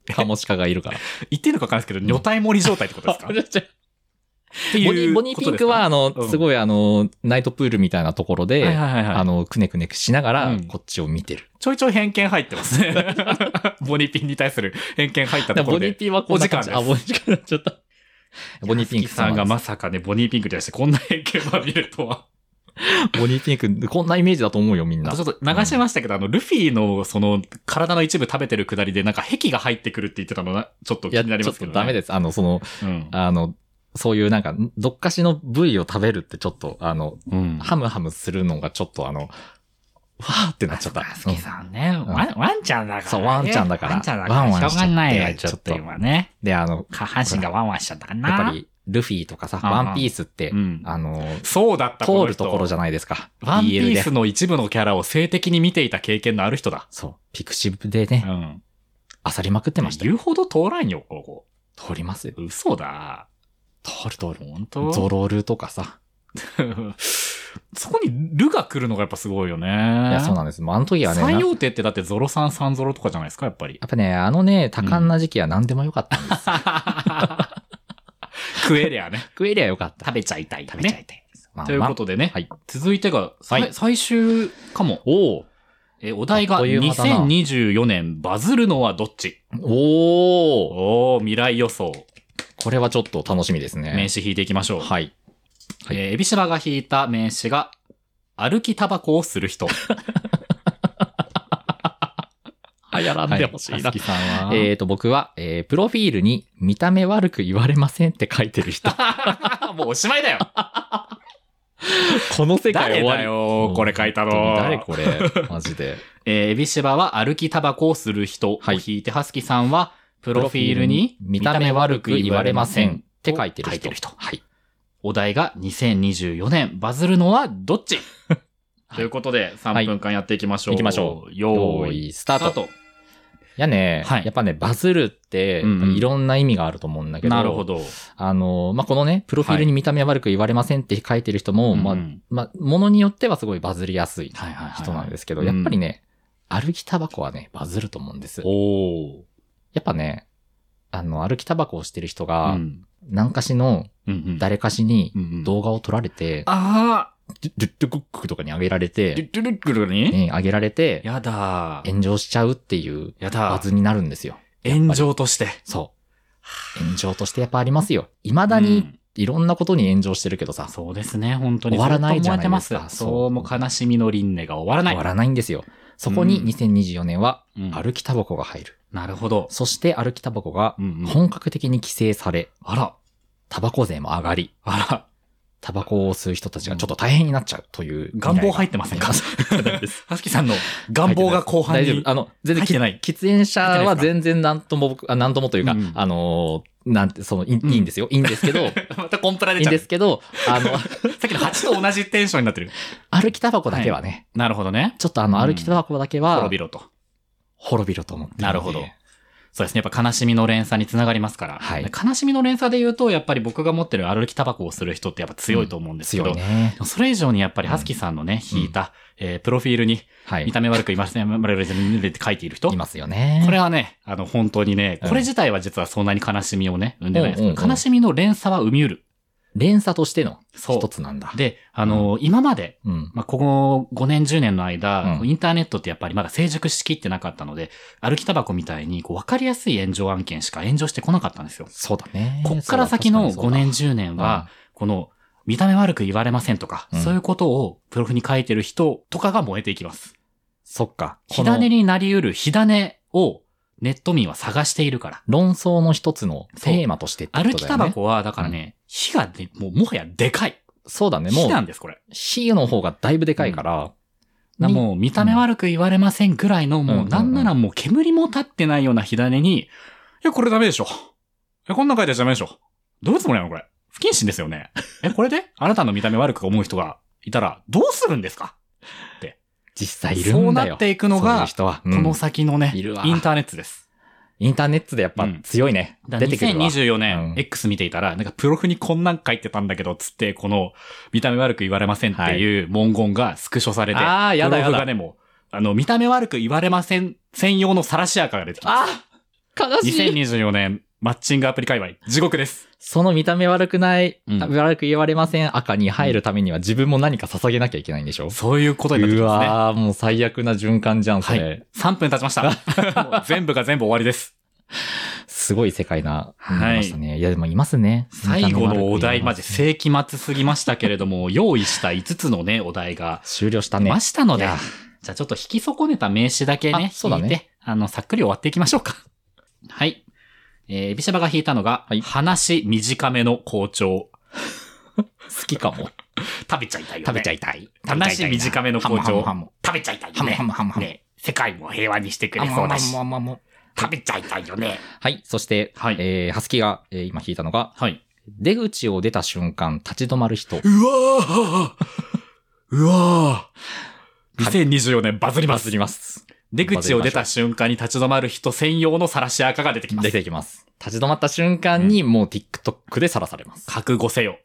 う。カモシカが いるから。言ってるのかわかんないですけど、女体盛り状態ってことですか ボっニていうーボニーピンクは、あのう、んすごいあの、ナイトプールみたいなところことですか、で、はいはいはいはいあの、くねくねしながうらん、こっちを見てる。ちょいちょい偏見入ってますね。 ボニーピンに対する偏見入ったとだかこらろボニーで。ピンはこんな感じ。お時間あ、ボニーピンクになっちゃった。ボニーピンクさんがままさかね、ボニーピンクに対してこんな偏見まみれとは。ボニーピンク、こんなイメージだと思うよ、みんあなとち。ょっと流しましたけど、あの、ルフィのその、体の一部食べてるくだりで、なんか癖が入ってくるって言ってたのな、ちょっとい気や、になりちょまっすけとど、ね。ダメでです。あの、その、す。うん。あの、そういうなんか、どっかしの部位を食べるってちょっと、あの、うん。ハムハムするのがちょっとあの、わーってなっちゃった。好きさんね、ワン、ワンちゃんだから、ね。そうワンちゃんだからワンちゃんだから。ワンワンしちゃってしょうがないよ、ちょっちょとっと今ね。うんで、あの、下半身がワンワンしちゃったかな。やっぱ。り、ルフィとかさ、うんうんワンピースってう、ん。あの、そうだった通るところじゃゃないですか。ワンピ BL ーでス。の一部のキャラを性的に見ていた経験のある人だ。そう。ピクシブでうね、ん。あさりまくってましたよ。言うほど通らんよ、ここ。通りますよ。嘘だ。通る通る。本当ゾロールとかさ。 そこにルが来るのがやっぱすごいよね。いや、そうななんです。もうあの時はね、な三や王亭ってだってゾロさん三ゾロとかじゃないですか、やっぱり。っぱね、あのね、多感な時期は何でもよかった。食えりゃね。 食えりゃよかった。食べちゃいたい、食べちゃいたいです。まあということでね、はい続いてが、さいはい最終かも。おおえお題あっがという間だな2024年バズるのはどっちおおおー、未来予想。これはちょっと楽しみですね。名詞引いていきましょう。はい。はいえー、エビシバが引いた名詞が、歩きタバコをする 人。流行らなんでほしいなはい、さんは。えっ、と、僕は、えー、プロフィールに見た目悪く言われませんって書いて る人。もうおしまいだ よ。この世界誰終わだり。よ、これ書いたの。誰これ。マジで。えー、エビシバは歩きタバコをする人をはい引いて、ハスキさんは、プロフィールに見た目悪く言われませんって書いてる書い人。てる人。はい。お題が2024年バズるのはどっち、はいということで、3分間やっていきましょう。行きましょう。用よーい、意スタスターート。ト。いやね、はいやっぱね、バズるって、うんうんいろんな意味があると思うんだけど、なるほど。あの、まあ、このね、プロフィールに見た目悪く言われませんって書いてる人も、まあう、んまあ、ものによってはすごいバズりやすいはいはいはい。。人なんですすけど、はいはいやっぱりね、歩きタバコはね、バズると思うんです。おー。やっぱね、あの、歩きタバコをしてる人うが、ん。何かしの、うんうん誰かしにうんうん動画を撮られて、あドゥドゥッドゥクックとかに上げられードゥて、ッドゥルッグルに、ね、上げられて、やだー。炎上しちゃうっていうやバだー。ズになるんですよ。炎上として。そう。炎上としてやっぱありますよ。未だにいろんなことに炎上してるけどさ、そうですね、本当に。終わらないじゃないずっと思えですかてまそうそう、もう悲しみの輪廻が終わらない。終わらないんですよ。そこにうん2024年はうん歩きタバコが入る。なるほど。そして歩きタバコがうんうん本格的に規制され、あら、タバコ税も上がり、あら、タバコを吸う人たちがちょっと大変になっちゃうという。願望入ってませんか はすきさんの願望が後半大丈に夫。あの、全入然ってない。喫煙者入ってないはですか全然なんとも僕、あなんともというか、うんあのーなんて、そのいい、うんいいんですよ。いいんですけ ど、いまたコンプラいんですけど、あの、さっきの蜂と同じテンションにな ってる。歩きタバコだけはね、なるほどね。ちょっとあの、うん歩きタバコだけは、滅びろと。滅びろと思ってんでなるほどそうですね。やっぱ悲しみの連鎖につながりますから。はいで悲しみの連鎖で言うと、やっぱり僕が持ってる歩きタバコをする人ってやっぱ強いと思うんですけど、強いねで。もそれ以上にやっぱり、はすきさんのね、うん引いた、えープロフィールに、はい。見た目悪く言いません、まるって書いている人い。ますよね。これはね、あの、本当にね、うんこれ自体は実はそんなに悲しみをね、生んでないんですうんけうど、んうん悲しみの連鎖は生み得る。連鎖としてのそう一つなんだ。で、あの、今まで、うん。まあ、ここ5年、10年の間、うんインターネットってやっぱりまだ成熟しきってなかったので、歩きタバコみたいに、こう、わかりやすい炎上案件しか炎上してこなかったんですよ。そうだね。こっから先のそう5だ年、、10年は、この、見た目悪く言われませんとか、うんそういうことをプロフに書いてる人とかが燃えていきます。そっか。火この種になり得る火種をネット民は探しているから。論争の一つのそうテーマとしてってことだ歩よきね。タバコは、だからね、火がで、もうもはやでかい。そうだね。も火う、なんです、これ。火の方がだいぶでかいから、なもう見た目悪く言われませんぐらいの、うんもううんなんならもう煙も立ってないような火種に、いや、これダメでしょ。え、こんなん書いてダメでしょ。どういうつもりなのこれ。不謹慎ですよね。え、これで あなたの見た目悪く思う人がいたら、どうするんですか実際いるんだよ。そうなっていくのがそういう人は、うんこの先のね、いるわインターネットです。インターネットでやっぱ強いね。だ出てくるわ。 2024う年ん、 X 見ていたら、なんかプロフにこんなん書いてたんだけど、つって、この、見た目悪く言われませんっていう文言がスクショされて、あーやだやだプロフがね、もう、あの、見た目悪く言われません専用の晒し赤が出てきます。あ悲しい。 2024年、マッチングアプリ界隈、地獄です。その見た目悪くない、うん悪く言われません赤に入るためには自分も何か捧げなきゃいけないんでしょそういうことになってきうますね。わー、もう最悪な循環じゃん、そはれ。い。3分経ちま した。もう全部が全部終わりです。すごい世界な、はいいましたね。いや、でもいますね。最後のお題、ままじで世紀末すぎましたけれども、用意した5つのね、お題が、終了した出ね。ましたのいで、やじゃあちょっと引き損ねた名詞だけね、あそうだね引いて、あの、さっくり終わっていきましょう か。はい。えー、エビシャバが引いたのが、はい話短めの校長。好きかも。食べちゃいたいよね。食べちゃいい。たい。話短めの校長。ハム食べちゃいたいハよムねハムハムハムハムハムハム。ね。世界も平和にしてくれそうだし。ハムハムハムハム食べちゃいたいよね。はい、そして、はいえー、ハスキが、えー今弾いたのが、はい。出口を出た瞬間、立ち止まるう人。わーうわー2024年バズりまバす。ズります。出口を出た瞬間に立ち止まる人専用の晒し赤が出てきま出す。てきます。立ち止まった瞬間に、もう TikTok でさらされます。覚悟せよ。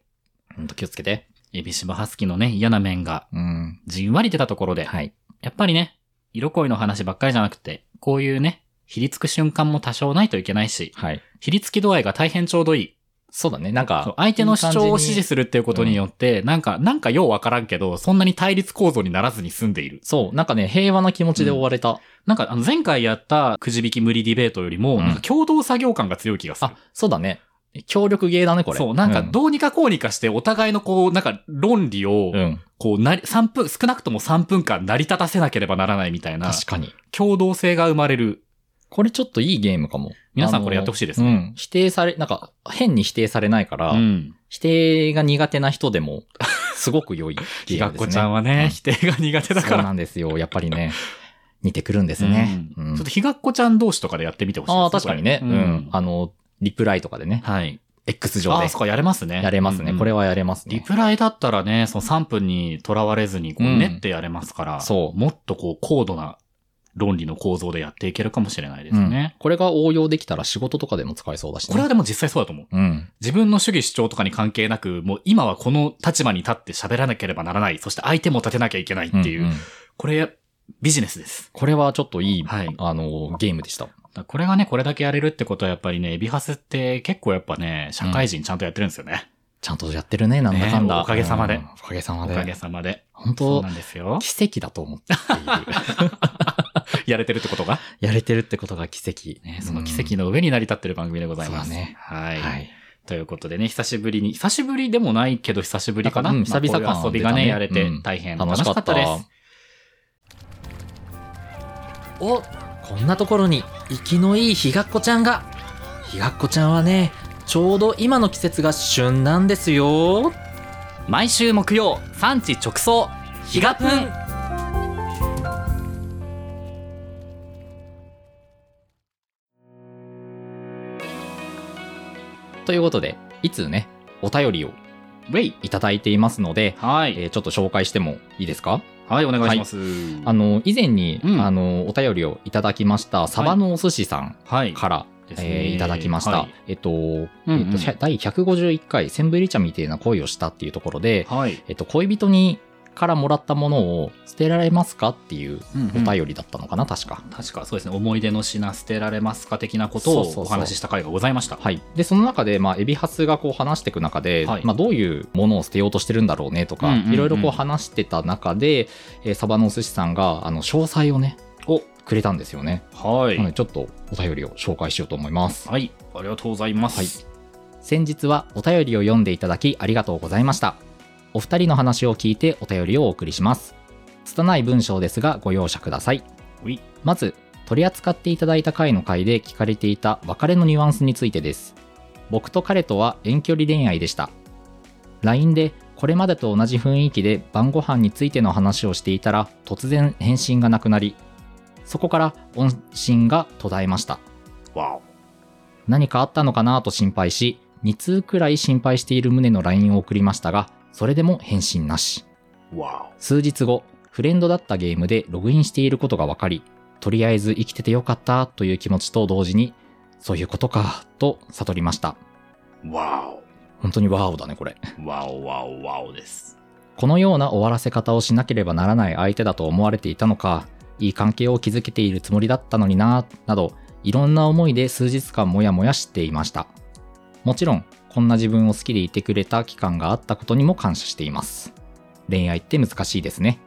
ほんと気をつけて。エビシバハスキのね、嫌な面がうん。じんわり出たところで、はい。やっぱりね、色恋の話ばっかりじゃなくて、こういうね、ひりつく瞬間も多少ないといけないし、はい。ひりつき度合いが大変ちょうどいい。そうだね。なんそうか、相手の主張を支い持い感じにするっていうことによって、なんか、なんかようわからんけど、そんなに対立構造にならずに済んでいる。そう。なんかね、平和な気持ちで終われた。なんか、あの、前回やったくじ引き無理ディベートよりも、うんなんか共同作業感が強い気がするあ。、そうだね。協力芸だね、これ。そう、なんか、うんどうにかこうにかして、お互いのこう、なんか、論理をう、ん。こう、なり、3分、少なくとも3分間成り立たせなければならないみたいな、確かに。共同性が生まれるこれちょっといいゲームかも。皆さんあのこれやってほしいですうねん。否定され、なんか、変に否定されないから、うん。否定が苦手な人でも、 すごく良いゲひーがっムですこね。ちゃんはうね、ん否定が苦手だかそうら。なんですよ、やっぱりね。似てくるんですね。うんうんちょっとひがっこちゃん同士とかでやってみてほしいですああ、確かにね。こうれん、うん。あの、リプライとかでね。はい。 X 上ああ、でそ。っか、やれますね。やれますうんね。うんこれはやれますリね。プライだったらね、その3分にとらわれずに、こう、うん練ってやれますから、そうもっとこう、高度な論理の構造でやっていけるかもしれないですうんね。これが応用できたら仕事とかでも使えそうだしね。これはでも実際そうだと思う。うん。自分の主義主張とかに関係なく、もう今はこの立場に立って喋らなければならない、そして相手も立てなきゃいけないっていう、んんこれ、ビジネスです。これはちょっといい、はいあの、ゲームでした。だからこれがね、これだけやれるってことはやっぱりね、エビハスって結構やっぱね、社会人ちゃんとやってるんですよね。ちゃんとやってるね、なんだかんねだ。おかげさまでうんおかげさまおかげで。さまで。本そう当なんですよ。奇跡だと 思ってっていうやれてるってことが。やれてるってことが奇跡。ね、その奇跡の上に成り立ってる番組でございます。そうだねはい。はい。ということでね、久しぶりに、久しぶりでもないけど久しぶりかな。なんまかあうん久々感こういう遊びがね、出たねやれてうん大変楽楽ししかかっったたです。おこんなところに生きのいいひがっこちゃんがひがっこちゃんはねちょうど今の季節が旬なんですよ毎週木曜、産地直送、ひがぷん。ということでいつねお便りをウェイ。いただいていますので、はい。えーちょっと紹介してもいいですかはい、お願いします。あの以前に、うんあのお便りをいただきましたサバのお寿司さんはい。から、ですねえーいただきました、はいえっと,、うんえっとひゃ第151回「センブリ茶みてえな恋をした」っていうところで、はい。えっと、恋人にからもらったものを捨てられますかっていううんお便りだったのかな、確か。確かそうですね、思い出の品捨てられますか的なことそうそうそをうお話しした回がございました。はい、でその中で、まあ、エビハスがこう話していく中で、はいまあ、どういうものを捨てようとしてるんだろうねとか、うんうんうんいろいろこう話してた中で、えーサバのお寿司さんがあの詳細をねおくれたんですよね、はい。なのでちょっとお便りを紹介しようと思います。はい。ありがとうございます。はい先日はお便りを読んでいただきありがとうございましたお二人の話を聞いてお便りをお送りします拙い文章ですがご容赦くださいおいまず取り扱っていただいた回の回で聞かれていた別れのニュアンスについてです僕と彼とは遠距離恋愛でした LINE でこれまでと同じ雰囲気で晩ご飯についての話をしていたら突然返信がなくなりそこから音信が途絶えましたわ何かあったのかなと心配し、2通くらい心配している旨の LINE を送りましたが、それでも返信なし。お。わ数日後、フレンドだったゲームでログインしていることが分かり、とりあえず生きててよかったという気持ちと同時に、そういうことか、と悟りました。お。わ本当にワーオだね、これ。お。わおわおわおです。このような終わらせ方をしなければならない相手だと思われていたのか、いい関係を築けているつもりだったのにな、など、いろんな思いで数日間もやもやしていました。もちろん、こんな自分を好きでいてくれた期間があったことにも感謝しています。恋愛って難しいですね。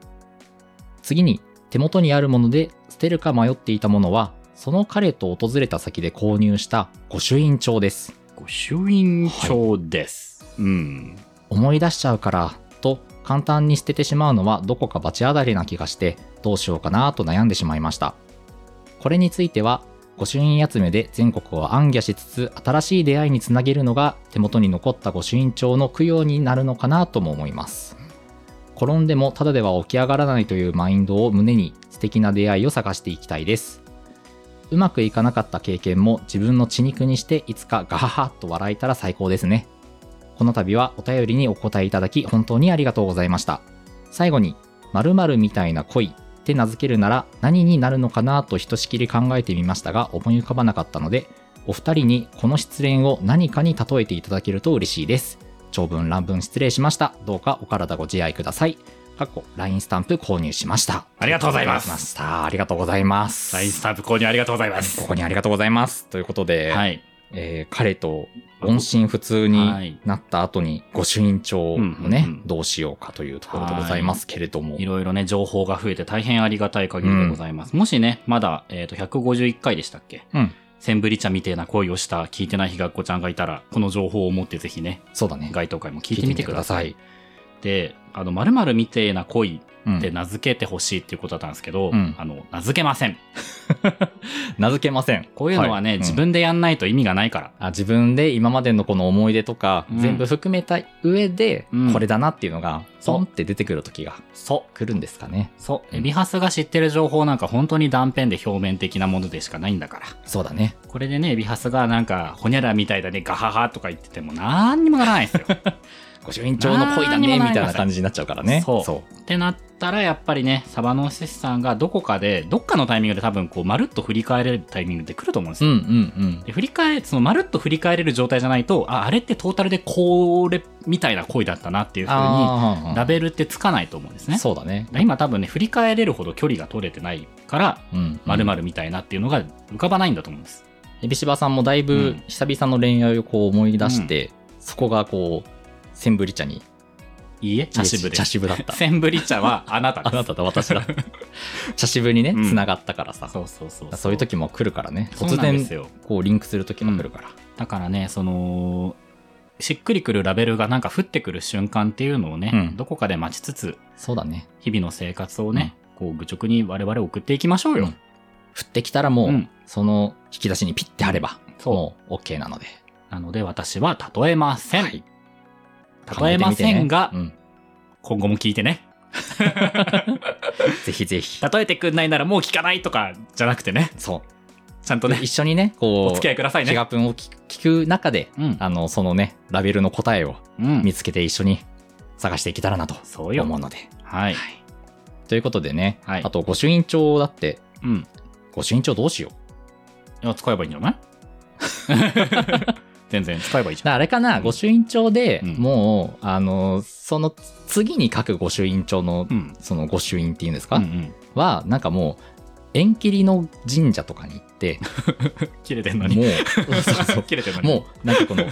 次に、手元にあるもので捨てるか迷っていたものは、その彼と訪れた先で購入した御朱印帳です。ご朱印帳です。うん。思い出しちゃうからと簡単に捨ててしまうのはどこか罰当たりな気がしてどうしようかなと悩んでしまいましたこれについては御朱印集めで全国を暗記しつつ新しい出会いにつなげるのが手元に残った御朱印帳の供養になるのかなとも思います転んでもただでは起き上がらないというマインドを胸に素敵な出会いを探していきたいですうまくいかなかった経験も自分の血肉にしていつかガハハッと笑えたら最高ですねこの度はお便りにお答えいただき本当にありがとうございました。最後に、〇〇みたいな恋って名付けるなら何になるのかなとひとしきり考えてみましたが思い浮かばなかったので、お二人にこの失恋を何かに例えていただけると嬉しいです。長文乱文失礼しました。どうかお体ご自愛ください。かっこ LINE スタンプ購入しました。ありがとうございますありがとうございました。ありがとうございます。サインスタンプ購入ありがとうございますこ。こにありがとうございます。ということで、はい。えー彼と音信不通になった後に御朱印帳をね、うんうんうんどうしようかというところでございますけれども。いろいろね、情報が増えて大変ありがたい限りでございます。もしね、まだ、えっ、と、151回でしたっけうん、センブリ茶みてえな恋をした聞いてないひがっこちゃんがいたら、この情報を持ってぜひね、そうだね。該当会も聞いてみてください。聞いてみてで、あの、まるみてえな恋うんで名付けてほしいっていうことだったんですけど、うんあの、名付けません。名付けません。こういうのはね、いうん自分でやんないと意味がないから。あ自分で今までのこの思い出とか、うん全部含めた上で、うんこれだなっていうのが、そうポンって出てくる時がそう。来るんですかね。そう。うんエビハスが知ってる情報なんか本当に断片で表面的なものでしかないんだから。そうだね。これでね、エビハスがなんか、ほにゃらみたいだね、ガハハとか言ってても、なんにもならない ですよ。ご主人長の恋だね、何にもないみたいな感じになっちゃうからね。そうってなったら、やっぱりね、サバノーシスさんがどこかで、どっかのタイミングで多分、こう、まるっと振り返れるタイミングで来ると思うんですうよ。んうんで振り返そのまるっと振り返れる状態じゃないとああれってトータルでこれみたいな恋だったなっていううん。ふうにあラベルってつかないと思うんですーね。そうだね。だから今多分ね振り返れるほど距離が取れてないからうん。まるまるみたいなっていうのが浮かばないんだと思うんです。エビシバさんもだいぶ久々の恋愛をこう思い出して、そこがこう、センブリ茶に、いいえ、茶渋で茶す。渋 だった。センブリ茶はあなたであす。なただ、私だ。 茶渋にね、うんつながったからさ。そうそうそうそういう時も来るからね。そう突なんで然す、よ。こう、リンクする時も来るから。だからね、その、しっくりくるラベルがなんか降ってくる瞬間っていうのをね、うんどこかで待ちつつ、そうだね。日々の生活をね、こう愚直に我々送っていきましょうよ。うん降ってきたらもう、うんその引き出しにピッて貼れば、そうもう OK なので。なので私は例えません。はい例えませんが、考えてみてね今後も聞いてね。うんぜひぜ ひ。例えてくんないならもう聞かないとかじゃなくてね、そちゃんとう。ね一、緒にね、こう、お付き合いくださいヒね。ガプンを聞聞く中で、うん。あの、そのね、ラベルの答えをうん見つけて一緒に探していけたらなとそうよ。思うので。はい。ということでね、はいあと、御朱印帳だって、うん。御朱印帳どうしよう。いや、使えばいいんじゃ ない全然使えばいいじだからあれかな、うん御朱印帳で、うんもう、あの、その次に書く御朱印帳のゃん。うん。その御朱印っていうんですか、うんうん。はなんかもう縁切りの神社とかに行 って切れてんものうに。そう そう 切れてんのに。もうなんかこの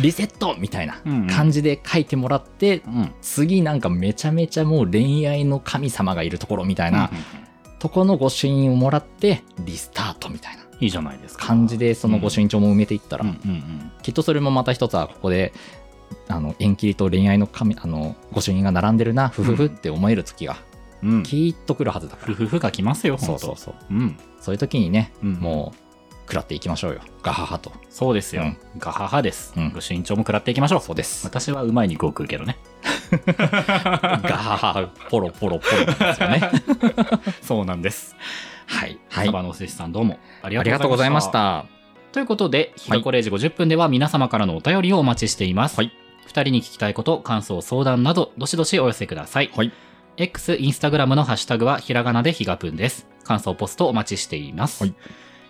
リセットみたいなうんうん感じで書いてもらって、うん。うん。次なんかめちゃめちゃもう恋愛の神様がいるところみたいな、とこの御朱印をもらってリスタートみたいないいじゃないですか。感じでその御朱印帳も埋めていったら、うんうんうん。きっとそれもまた一つはここであの縁切りと恋愛の神あの御朱印が並んでるなふふふって思える月がうん。きっと来るはずだから、ふふふが来ますよ、そうそうそそうう。うん。そういう時にね、うんもう食らっていきましょうよ。ガハハと。そうですよ。うんガハハです。うんご身長も食らっていきましょう。そうです。私はうまい肉を食うけどね。ガハハ、ポロポロポロですよね。そうなんです。はい。ははい。い。サバのお寿司さんどうもありありがとうございまし。た。ということで、ひがこ0時50分では皆様からのお便りをお待ちしています。はい2人に聞きたいこと、感想、相談など、どしどしお寄せください。はい。 X、インスタグラムのハッシュタグはひらがなでひがぷんです。感想ポストお待ちしています。はい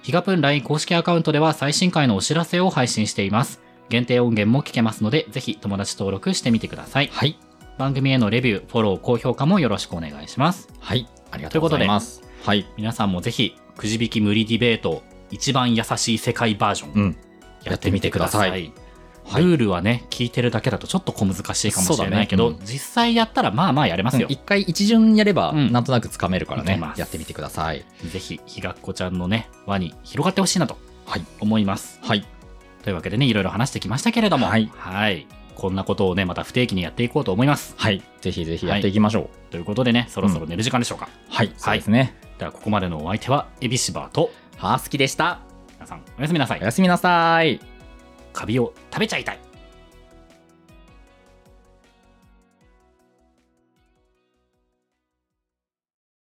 ひがぷん LINE 公式アカウントでは最新回のお知らせを配信しています。限定音源も聞けますので、ぜひ友達登録してみてください。はい。番組へのレビュー、フォロー、高評価もよろしくお願いします。はい。ありがとうございます。はい。皆さんもぜひ、くじ引き無理ディベート、一番優しい世界バージョン、うん。やってみてください。やってはいルールはね、聞いてるだけだとちょっと小難しいかもしれないけど、そうだね実際やったらまあまあやれますよ。一回一巡やれば、うんなんとなくつかめるからいけねま。すやってみてください。ぜひ、ひがっこちゃんのね、輪に広がってほしいなとはい思います。はい。というわけでね、いろいろ話してきましたけれども、はいこんなことをね、また不定期にやっていこうと思います。はい。ぜひぜひやっていきましょう。ということでね、そろそろ寝る時間でしょうか。はい。そうですね。では、ここまでのお相手は、エビシバーと、ハースキでした。皆さん、おやすみなさいお。やすみなさい。カビを食べちゃいたい。